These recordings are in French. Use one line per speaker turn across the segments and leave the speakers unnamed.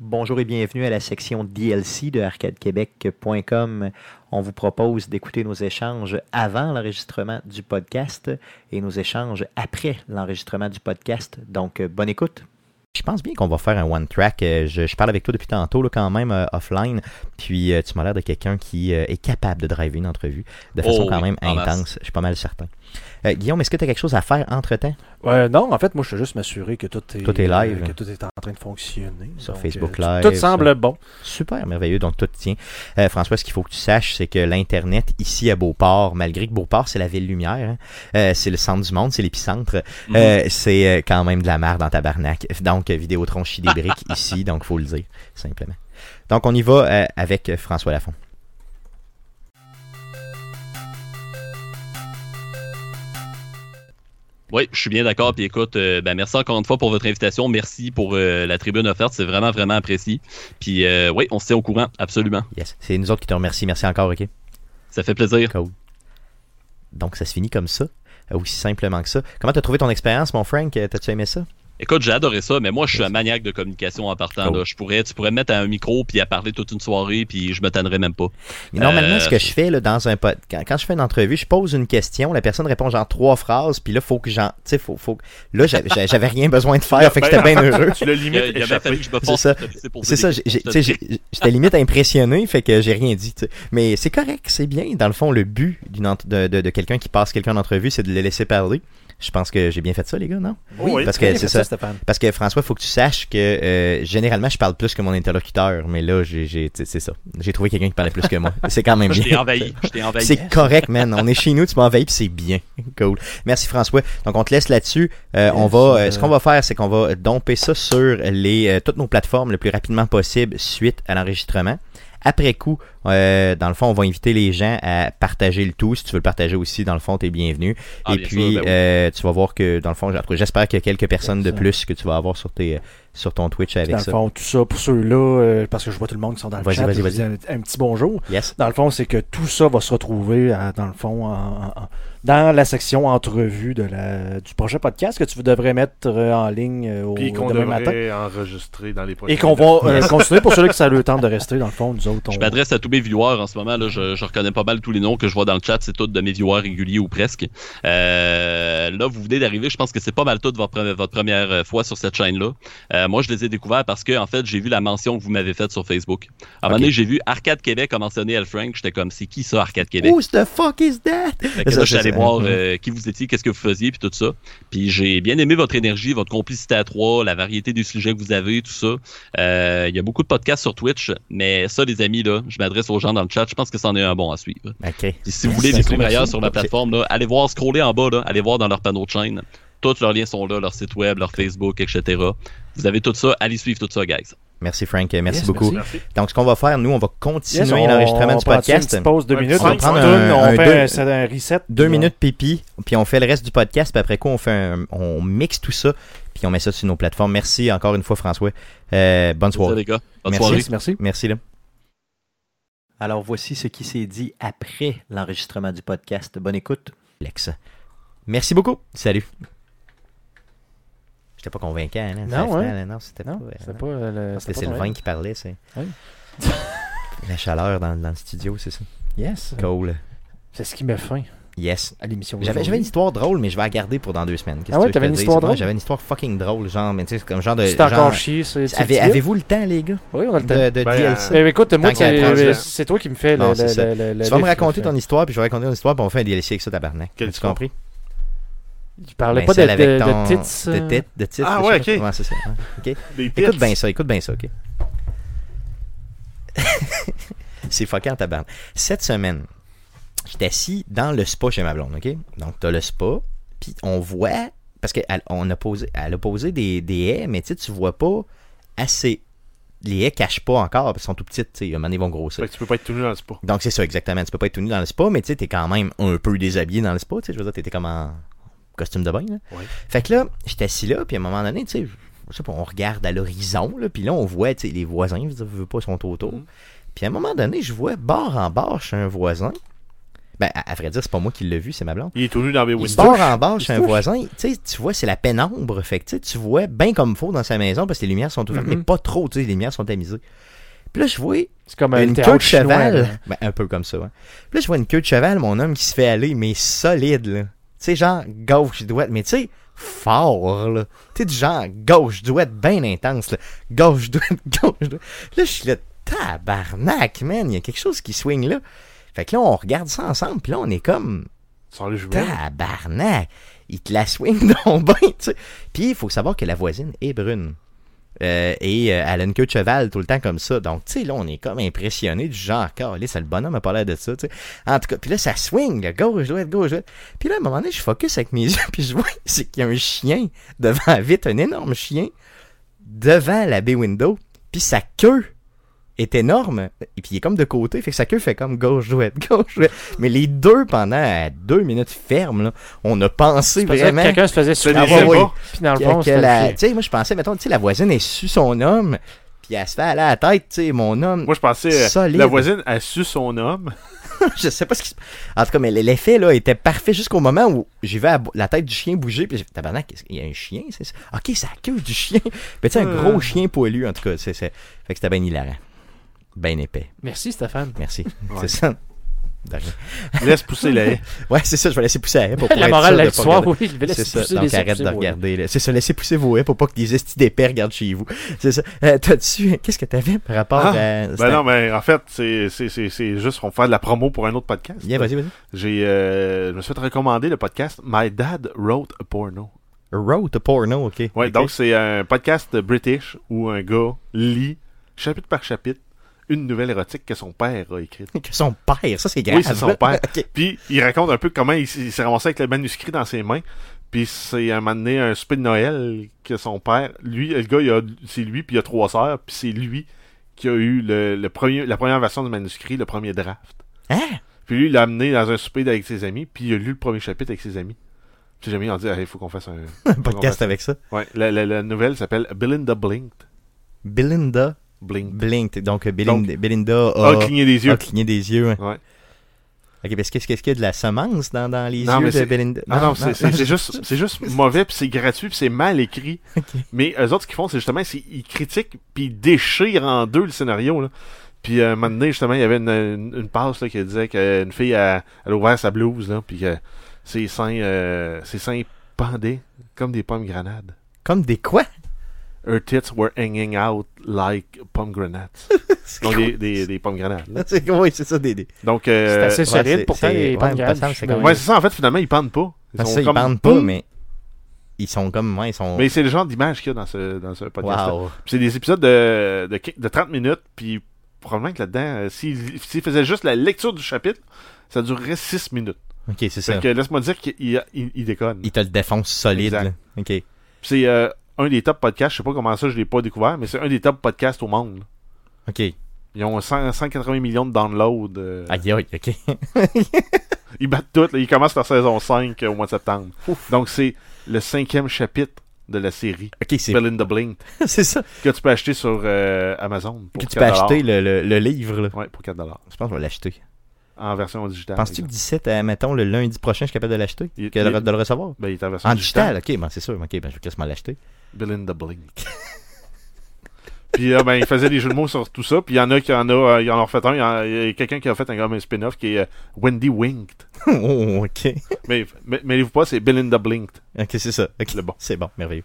Bonjour et bienvenue à la section DLC de arcadequebec.com. On vous propose d'écouter nos échanges avant l'enregistrement du podcast et nos échanges après l'enregistrement du podcast. Donc, euh, bonne écoute.
Je pense bien qu'on va faire un one track. Euh, Je, je parle avec toi depuis tantôt, là, quand même, euh, offline. Puis euh, tu m'as l'air de quelqu'un qui euh, est capable de driver une entrevue de façon
Oh
quand
oui,
même
en masse.
intense. Je suis pas mal certain. Euh, Guillaume, est-ce que tu as quelque chose à faire entre temps
Ouais, non, en fait, moi, je veux juste m'assurer que tout est, euh,
Tout est live.
que tout est en train de fonctionner.
Sur
Donc,
Facebook
euh,
Live,
Tout, tout semble
sur-
bon.
Super, merveilleux. Donc tout tient. Euh, François, ce qu'il faut que tu saches, c'est que l'Internet ici à Beauport, malgré que Beauport, c'est la ville lumière, hein, euh, c'est le centre du monde, c'est l'épicentre, Euh, c'est euh, quand même de la merde dans tabarnak. Donc, euh, Vidéotron chie des briques ici, donc faut le dire, simplement. Donc, on y va euh, avec euh, François Lafont.
Oui, je suis bien d'accord. Puis écoute, euh, ben, merci encore une fois pour votre invitation. Merci pour euh, la tribune offerte. C'est vraiment, vraiment apprécié. Puis euh, oui, on se tient au courant, absolument.
Yes. C'est nous autres qui te remercions. Merci encore, OK?
Ça fait plaisir.
Cool. Donc, ça se finit comme ça, euh, aussi simplement que ça. Comment t'as trouvé ton expérience, mon Frank? Euh, T'as-tu aimé ça?
Écoute, j'ai adoré ça, mais moi, je suis
Yes.
un maniaque de communication en partant.
Oh.
là. Je pourrais, tu pourrais me mettre à un micro puis à parler toute une soirée, puis je me tannerais même pas.
Mais normalement,
Euh,
ce que je fais là, dans un pod... quand, quand je fais une entrevue, je pose une question, la personne répond genre trois phrases, puis là, faut que j'en. Tu sais, faut, faut... là, j'avais- j'avais rien besoin de faire, fait que j'étais bien heureux.
Tu l'as
Il y a,
limite
il y a même
échappé.
fallu que je me
C'est
force
ça.
à te laisser poser
C'est ça,
des
j'ai- j'ai-
questions.
tu sais, j'ai- j'étais limite impressionné, fait que j'ai rien dit. tu sais. Mais c'est correct, c'est bien. Dans le fond, le but d'une ent- de, de- de quelqu'un qui passe quelqu'un en entrevue, c'est de le laisser parler. Je pense que j'ai bien fait ça, les gars, non?
Oui,
parce que
Bien
c'est
fait
ça.
Stéphane.
Parce que François, faut que tu saches que euh, généralement, je parle plus que mon interlocuteur, mais là, j'ai- j'ai- tu sais, c'est ça. J'ai trouvé quelqu'un qui parlait plus que moi. C'est quand même
Je t'ai
bien.
envahi. Je t'ai envahi.
C'est correct, man. On est chez nous, tu m'envahis, puis c'est bien. Cool. Merci François. Donc on te laisse là-dessus. Euh, on
Yes,
va, euh,
euh,
ce qu'on va faire, c'est qu'on va domper ça sur les, euh, toutes nos plateformes le plus rapidement possible suite à l'enregistrement. Après coup, euh, dans le fond, on va inviter les gens à partager le tout. Si tu veux le partager aussi, dans le fond, t'es bienvenu.
Ah,
Et
bien
puis,
sûr, ben oui.
euh, tu vas voir que, dans le fond, en tout cas, j'espère qu'il y a quelques personnes de
ça.
plus que tu vas avoir sur, tes, euh, sur ton Twitch
Dans
avec
le
ça.
fond, tout ça, pour ceux-là, euh, parce que je vois tout le monde qui sont dans le
Vas-y,
chat,
vas-y,
je vous
vas-y.
dis un, un petit bonjour.
Yes.
Dans le fond, c'est que tout ça va se retrouver, à- dans le fond, en- en- en- dans la section entrevue de la, du prochain podcast que tu devrais mettre euh, en ligne euh, au,
Puis qu'on
demain
devrait
matin.
enregistrer dans les prochaines
Et qu'on
années.
va euh, continuer pour ceux qui ça a le temps de rester, dans le fond, nous autres.
Je
On...
m'adresse à tous mes viewers en ce moment. Là, je, je reconnais pas mal tous les noms que je vois dans le chat. C'est tous de mes viewers réguliers ou presque. Euh, là, vous venez d'arriver. Je pense que c'est pas mal tout votre, pre- votre première euh, fois sur cette chaîne-là. Euh, moi, je les ai découverts parce que, en fait, j'ai vu la mention que vous m'avez faite sur Facebook. À un moment
Ok.
donné, j'ai vu Arcade Québec a mentionné El Frank. J'étais comme, c'est qui ça, Arcade Québec?
Who the fuck is that?
Fait que
Ça,
là, je suis
c'est
allé
ça.
voir
Mhm.
euh, qui vous étiez, qu'est-ce que vous faisiez, puis tout ça. Puis j'ai bien aimé votre énergie, votre complicité à trois, la variété des sujets que vous avez, tout ça. Euh, Il y a beaucoup de podcasts sur Twitch, mais ça, les amis, là, je m'adresse aux gens dans le chat. Je pense que c'en est un bon à suivre.
OK.
Puis si vous voulez
Merci.
découvrir ailleurs
Merci.
sur la plateforme, là, allez voir, scroller en bas, là, allez voir dans leur panneau de chaîne. Tous leurs liens sont là, leur site web, leur Facebook, etc. Vous avez tout ça, allez suivre tout ça, guys.
Merci Frank, merci
Yes,
beaucoup.
Merci.
Donc ce qu'on va faire, nous, on va continuer
Yes, on-
l'enregistrement
on
du
prend-tu
podcast.
Une petite pause deux
Ouais,
minutes.
on va
se
prendre
retourne,
un-
on
un
fait
deux-
un- c'est un, reset.
Deux
puis on-
minutes pipi, puis on fait le reste du podcast, puis après quoi on fait un- on mixe tout ça, puis on met ça sur nos plateformes. Merci encore une fois François. Euh, bonne
C'est ça,
soirée.
les gars. Bonne
Merci.
soirée.
Yes, merci.
Merci là.
Alors voici ce qui s'est dit après l'enregistrement du podcast. Bonne écoute.
Lex. Merci beaucoup. Salut. J'étais pas convaincant, là.
Non,
Finalement,
hein?
là, non, c'était pas.
Non,
euh,
c'était
non.
pas euh, le.
C'était Sylvain qui parlait, c'est.
Oui.
La chaleur dans, dans le studio, c'est ça.
Yes.
Cool.
C'est ce qui met fin
Yes.
à l'émission.
J'avais, j'avais une histoire drôle, mais je vais la garder pour dans deux semaines. Qu'est-ce
Ah
que tu
ouais,
veux que
t'avais
je
une
te dise?
histoire
Ouais,
drôle?
J'avais une histoire fucking drôle, genre, mais tu sais, c'est comme genre de.
Tu t'es
genre-
encore chié. c'est- tu-
Avez-
tu-
Avez-vous le temps, les gars,
Oui, on a le temps.
de, de
Ben,
DLC?
Mais écoute, moi,
Tant qu'à
c'est-
prendre
c'est-
le-
c'est toi qui me fais le.
Non, c'est
le-
ça.
le- le- le
Tu vas me
riff,
raconter
là,
ton histoire, puis je vais raconter ton histoire, puis on fait un DLC avec ça, tabarnak.
Quelle
tu
histoire?
compris?
Tu parlais
Ben,
pas de,
celle
de,
avec
de
ton-
tits. euh,
De tits, de tits,
Ah
je
ouais,
sais pas
ok.
comment c'est ça. Ouais.
Des pits.
Écoute bien ça, écoute bien ça, ok. c'est fucking tabarnak. Cette semaine, j'étais assis dans le spa chez ma blonde, ok? Donc, t'as le spa, puis on voit, parce qu'elle on a posé, elle a posé des, des haies, mais tu sais, tu vois pas assez. Les haies cachent pas encore, parce qu'elles sont tout petites, tu sais, à un moment donné, ils vont grossir.
Fait que tu peux pas être tout nu dans le spa.
Donc, c'est ça, exactement. Tu peux pas être tout nu dans le spa, mais tu sais, t'es quand même un peu déshabillé dans le spa. Tu sais, je veux dire, t'étais comme en costume de bain. Là.
Ouais.
Fait que là, j'étais assis là, puis à un moment donné, tu sais, je sais pas, on regarde à l'horizon, là, puis là, on voit, tu sais, les voisins, je veux dire, veux pas, sont autour.
Mhm.
Puis à un moment donné, je vois, bord en bord, chez un voisin, Ben, à, à vrai dire, c'est pas moi qui l'ai vu, c'est ma blonde.
Il est tout nu dans
Il
Bewitch.
sort en bas
Il
chez
se
un
touche.
voisin, tu sais, tu vois, c'est la pénombre. Fait que tu sais, tu vois bien comme faut dans sa maison parce que les lumières sont ouvertes,
Mhm.
mais pas trop, tu sais, les lumières sont tamisées. Puis là, je vois
C'est comme un
une
théâtre
queue de
chinois, là.
cheval. Ben, un peu comme ça. hein. Puis là, je vois une queue de cheval, mon homme qui se fait aller, mais solide, là. Tu sais, genre gauche, droite, mais tu sais, fort, là. Tu sais, du genre gauche, droite, bien intense, là. Gauche, droite, gauche, droite. Là, je suis là, tabarnak, man. Il y a quelque chose qui swing, là. Fait que là, on regarde ça ensemble, puis là, on est comme.
Sans les jumelles.
Tabarnak! Il te la swing donc ben, tu sais. Puis il faut savoir que la voisine est brune. Euh, et euh, elle a une queue de cheval tout le temps comme ça. Donc, tu sais, là, on est comme impressionné du genre, Carlis, le bonhomme a pas l'air de ça, tu sais. En tout cas, puis là, ça swing, là, gauche, droite, gauche, droite. Puis là, à un moment donné, je focus avec mes yeux, puis je vois, c'est qu'il y a un chien devant la vitre, un énorme chien, devant la baie window, puis sa queue est énorme, et puis il est comme de côté, fait que sa queue fait comme gauche-droite, gauche-droite. Mais les deux, pendant euh, deux minutes fermes, là, on a pensé
Tu faisais-
vraiment...
Quelqu'un se faisait sur
des
jets
le
bas.
Puis dans le
Que-
fond,
que
c'était
la-
le
Tu sais, moi, je pensais, mettons, tu sais, la voisine est su son homme, puis elle se fait aller à la tête, tu sais, mon homme.
Moi, je pensais. euh,
Solide.
La voisine a su son homme.
je sais pas ce qui se En tout cas, mais l'effet, là, était parfait jusqu'au moment où j'ai vu la bou- la tête du chien bouger, puis j'ai fait, tabarnak, qu'est-ce- il y a un chien, c'est ça? Ok, c'est la queue du chien. Mais tu sais, un
Hmm.
gros chien poilu, en tout cas, c'est, c'est- Fait que c'était bien hilarant. Ben épais.
Merci Stéphane.
Merci.
Ouais.
C'est ça. De rien.
Laisse pousser la haie.
Ouais, c'est ça, je vais laisser pousser la haie pour
La
pouvoir être
morale de
sûr pas
l'histoire,
regarder.
oui, il
C'est
laisser
ça,
pousser,
donc
laisser
arrête
pousser,
de
oui.
regarder. là. C'est ça, laissez pousser vos haies pour pas que des estis d'épais regardent chez vous. C'est ça. Euh, T'as-tu. Qu'est-ce que t'avais par rapport
Ah,
à.
Ben non, mais en fait, c'est- c'est c'est- c'est juste, on fait de la promo pour un autre podcast.
Viens, vas-y, vas-y.
J'ai, euh, je me suis fait recommander le podcast My Dad Wrote a Porno.
Road to porno, ok.
Ouais,
Ok.
donc c'est un podcast british où un gars lit, chapitre par chapitre, une nouvelle érotique que son père a écrite.
Que son père, ça c'est grave.
Oui, c'est son père.
Ok.
Puis il raconte un peu comment il, s- il s'est ramassé avec le manuscrit dans ses mains. Puis c'est un moment donné, un souper de Noël que son père, lui, le gars, il a- c'est lui, puis il a trois sœurs, puis c'est lui qui a eu le, le premier, la première version du manuscrit, le premier draft.
Hein?
Puis lui, il l'a amené dans un souper avec ses amis, puis il a lu le premier chapitre avec ses amis. Puis ses amis ont dit, il faut qu'on fasse un...
Un
ben,
podcast avec ça.
Ouais, la, la- la nouvelle s'appelle Belinda Blinked.
Belinda
Blink.
Blinked. Donc, euh,
Donc,
Belinda, Belinda
Ah,
a,
cligner des
a
yeux.
cligné des yeux. hein.
Ouais.
Ok, parce qu'est-ce qu'est-ce qu'il y a de la semence dans, dans les
Non, mais
yeux de
c'est-
Belinda?
Ah non, c'est- c'est c'est juste, c'est juste mauvais, puis c'est gratuit, puis c'est mal écrit. Mais eux autres, ce qu'ils font, c'est justement, c'est- ils critiquent, puis ils déchirent en deux le scénario. Là. Puis euh, un moment donné, justement, il y avait une, une, une passe là, qui disait qu'une fille, elle, elle a ouvert sa blouse, là, puis que ses seins, euh, ses seins pendaient comme des pommes grenades.
Comme des quoi?
Her tits were hanging out like pomegranates. Donc, des, des, des pommes grenades. là.
C'est- Oui, c'est ça, des. des-
Donc, euh,
C'est assez
ouais, c'est-
solide, pourtant,
c'est-
il
ouais,
est pas Ben de
il me
grade,
semble,
je
c'est
me-
quand
ouais, c'est ça. En fait, finalement, ils pendent pas. Ils
Parce que
sont
ça, ils
comme-
parlent pas, mais ils sont comme moi, ils sont.
Mais c'est le genre d'image qu'il y a dans ce, dans ce podcast.
Wow.
Puis c'est des épisodes de, de, qui- de 30 minutes, puis probablement que là-dedans, euh, s'il s'il faisait juste la lecture du chapitre, ça durerait 6 minutes.
Ok, c'est ça.
Fait que laisse-moi dire qu'il il- il- il déconne.
Ils te le défoncent solide.
Exact.
là. Ok.
Puis C'est euh, un des top podcasts, je sais pas comment ça, je l'ai pas découvert, mais c'est un des top podcasts au monde.
Ok.
Ils ont 100 180 millions de downloads. euh,
Aïe, aïe, ok.
Ils battent tout. là. Ils commencent leur saison 5 au mois de septembre. Donc c'est le cinquième chapitre de la série
Ok, c'est
Belinda Blink
c'est ça.
que tu peux acheter sur euh, Amazon pour
Que tu peux
4
acheter le, le- le livre, là.
Ouais, pour 4 dollars
Je pense que je vais l'acheter.
en version digitale.
Penses-tu que 17, à, mettons, le lundi prochain, je suis capable de l'acheter
Il-
Que de,
il-
le- de le recevoir
Ben, il est en version
En
digitale.
digital, ok, ben c'est sûr. Ok, ben je vais quasiment l'acheter.
Belinda Blink. puis là, ben, il faisait des jeux de mots sur tout ça. Puis il y en a qui en a, euh, ils en ont refait un. Il y en- il y a quelqu'un qui a fait un, comme un spin-off qui est euh, Wendy Winked.
oh, ok.
Mais mais- mêlez-vous pas, c'est Belinda Blinked.
Ok, c'est ça. Ok.
Le bon.
C'est bon, merveilleux.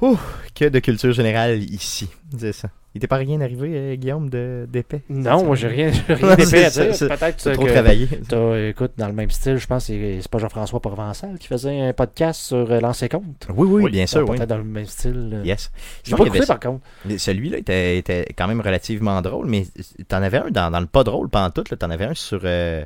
Ouh, que de culture générale ici. C'est ça. Il t'est pas rien arrivé, euh, Guillaume, de- d'épais
Non, moi, j'ai rien, j'ai rien
Non,
d'épais à
c'est
dire.
ça,
Peut-être
T'as trop
que-
travaillé.
T'as, euh, écoute, dans le même style, je pense que c'est- c'est pas Jean-François Provençal qui faisait un podcast sur euh, l'ancien compte.
Oui, oui,
Oui,
bien sûr, oui.
Peut-être dans le même style. euh.
Yes.
J'ai
Sinon,
pas
il y avait
écouté
ça.
par contre.
Mais Celui-là était, était quand même relativement drôle, mais t'en avais un dans, dans le pas drôle, pas en tout. là. T'en avais un sur euh,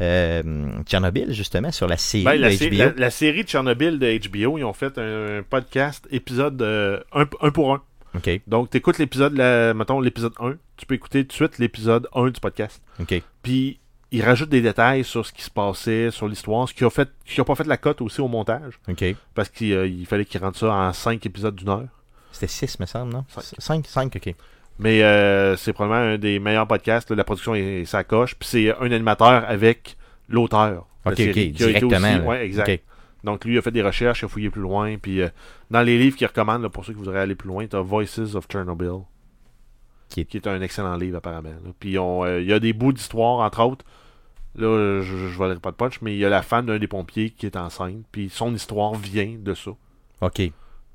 euh, Tchernobyl, justement, sur la série
Ben, la,
de
sé-
HBO.
la- la série de Tchernobyl de HBO, ils ont fait un, un podcast épisode euh, un, un pour un.
Ok,
Donc, t'écoutes l'épisode, la- mettons l'épisode 1. Tu peux écouter tout de suite l'épisode 1 du podcast.
ok.
Puis ils rajoutent des détails sur ce qui se passait, sur l'histoire, ce qui a fait, qui a pas fait la cote aussi au montage,
Ok.
parce qu'il euh, il fallait qu'ils rendent ça en 5 épisodes d'une heure.
C'était 6, me semble, non 5,
Cinq.
5, ok.
Mais euh, c'est probablement un des meilleurs podcasts. là. La production est sacoche. Puis c'est un animateur avec l'auteur. de la
Ok,
série,
ok,
qui a été
directement,
aussi-
là.
ouais, exact.
Ok.
Donc, lui, il a fait des recherches, il a fouillé plus loin. Puis, euh, dans les livres qu'il recommande, là, pour ceux qui voudraient aller plus loin, tu as Voices of Chernobyl,
Qui est-
un excellent livre, apparemment. là. Puis, on, euh, il y a des bouts d'histoire, entre autres. Là, euh, je ne valerai pas de punch, mais il y a la femme d'un des pompiers qui est enceinte. Puis, son histoire vient de ça.
OK.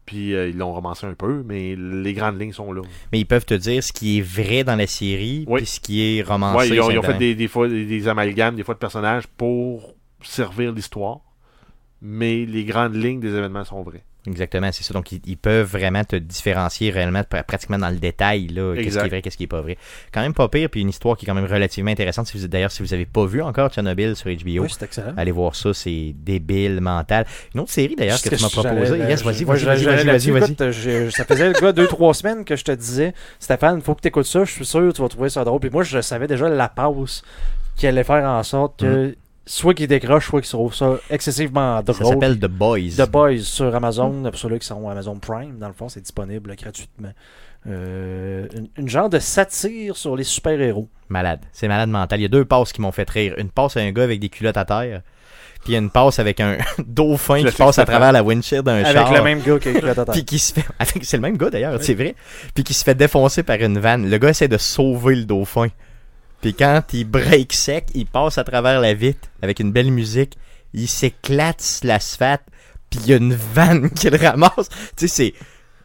Puis, euh, ils l'ont romancé un peu, mais les grandes lignes sont là.
Mais ils peuvent te dire ce qui est vrai dans la série
Oui.
puis ce qui est romancé.
Ouais, ils ont, ils ont
simplement.
fait des, des fois des, des amalgames, des fois de personnages pour servir l'histoire. Mais les grandes lignes des événements sont vraies.
Exactement, c'est ça. Donc, ils, ils peuvent vraiment te différencier réellement pr- pratiquement dans le détail, là, qu'est-ce
Exact.
qui est vrai, qu'est-ce qui est pas vrai. Quand même pas pire, puis une histoire qui est quand même relativement intéressante. Si vous- D'ailleurs, si vous avez pas vu encore Tchernobyl sur HBO,
Oui, c'est excellent.
allez voir ça, c'est débile mental. Une autre série, Ah, d'ailleurs, que
Parce
tu m'as
j'allais-
proposée. Yes,
je-
vas-y,
moi,
vas-y,
j'allais
vas-y, vas-y,
là-dessus.
vas-y, vas-y.
Écoute, j'ai- ça faisait le gars deux, trois semaines que je te disais, Stéphane, faut que tu écoutes ça, je suis sûr, tu vas trouver ça drôle. Puis moi, je savais déjà la pause qui allait faire en sorte que soit qu'ils décrochent, soit qu'ils trouvent ça excessivement
Mm. Ça
drôle.
s'appelle The Boys.
The Boys sur Amazon, pour ceux-là qui sont Amazon Prime, dans le fond, c'est disponible gratuitement. Euh, une, une genre de satire sur les super-héros.
Malade. C'est malade mental. Il y a deux passes qui m'ont fait rire. Une passe à un gars avec des culottes à terre, puis il y a une passe avec un dauphin
Tu l'as
qui
fait
passe à
exprès.
travers la windshield d'un
Avec
char.
le même gars qui a écrit la totale.
Puis qui se fait. avec- C'est le même gars d'ailleurs, c'est vrai. Puis qui se fait défoncer par une vanne. Le gars essaie de sauver le dauphin. Puis quand il break sec, il passe à travers la vitre avec une belle musique. Il s'éclate sur l'asphalte. Puis il y a une vanne qui le ramasse. Tu sais, c'est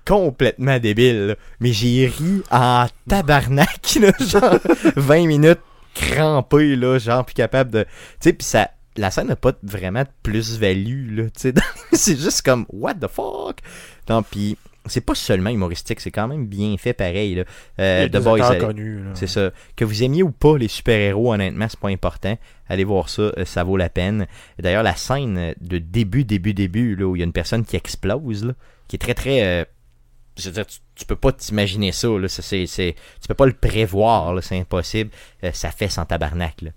complètement débile. là. Mais j'ai ri en tabarnak, là, genre 20 minutes crampé, là, genre, puis capable de. Tu sais, puis ça. La scène n'a pas vraiment de plus-value, là, tu sais. dans- C'est juste comme, what the fuck? Non, puis c'est pas seulement humoristique, c'est quand même bien fait pareil, là. Euh,
Il y a
The
des
Boys,
acteurs
allez-
connus, là.
c'est ça. Que vous aimiez ou pas les super-héros, honnêtement, c'est pas important. Allez voir ça, euh, ça vaut la peine. D'ailleurs, la scène euh, de début, début, début, là, où il y a une personne qui explose, là, qui est très, très. euh, je veux dire, tu, tu peux pas t'imaginer ça, là. Ça, c'est- c'est- tu peux pas le prévoir, là, c'est impossible. Euh, ça fait sans tabarnak, là.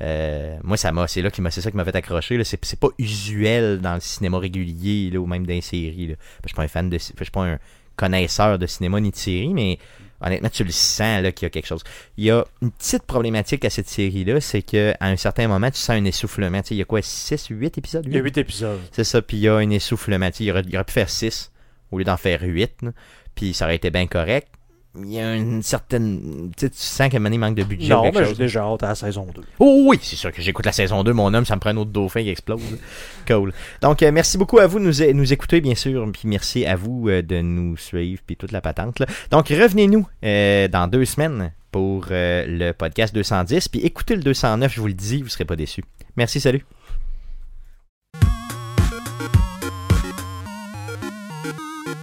Euh, moi, ça m'a, c'est là qui m'a, c'est ça qui m'a fait accrocher. là. C'est, c'est pas usuel dans le cinéma régulier là, ou même dans les séries. là. Je suis pas un fan de, je suis pas un connaisseur de cinéma ni de série, mais honnêtement, tu le sens là qu'il y a quelque chose. Il y a une petite problématique à cette série-là, c'est que à un certain moment, tu sens un essoufflement. Tu sais, il y a quoi, 6, 8 épisodes
Il y a
huit?
8 épisodes.
C'est ça, puis il y a un essoufflement. Tu sais, Il aurait, il aurait pu faire 6 au lieu d'en faire 8, puis ça aurait été bien correct. Il y a une certaine. Tu sais, tu sens qu'à un moment donné, il manque de budget. ou
Non,
quelque
mais j'ai
chose.
déjà hâte à la saison 2.
Oh oui, c'est sûr que j'écoute la saison 2, mon homme, ça me prend un autre dauphin qui explose. Cool. Donc, euh, merci beaucoup à vous de nous, é- nous écouter, bien sûr, puis merci à vous euh, de nous suivre, puis toute la patente. là. Donc, revenez-nous euh, dans deux semaines pour euh, le podcast 210, puis écoutez le 209, je vous le dis, vous serez pas déçus. Merci, salut.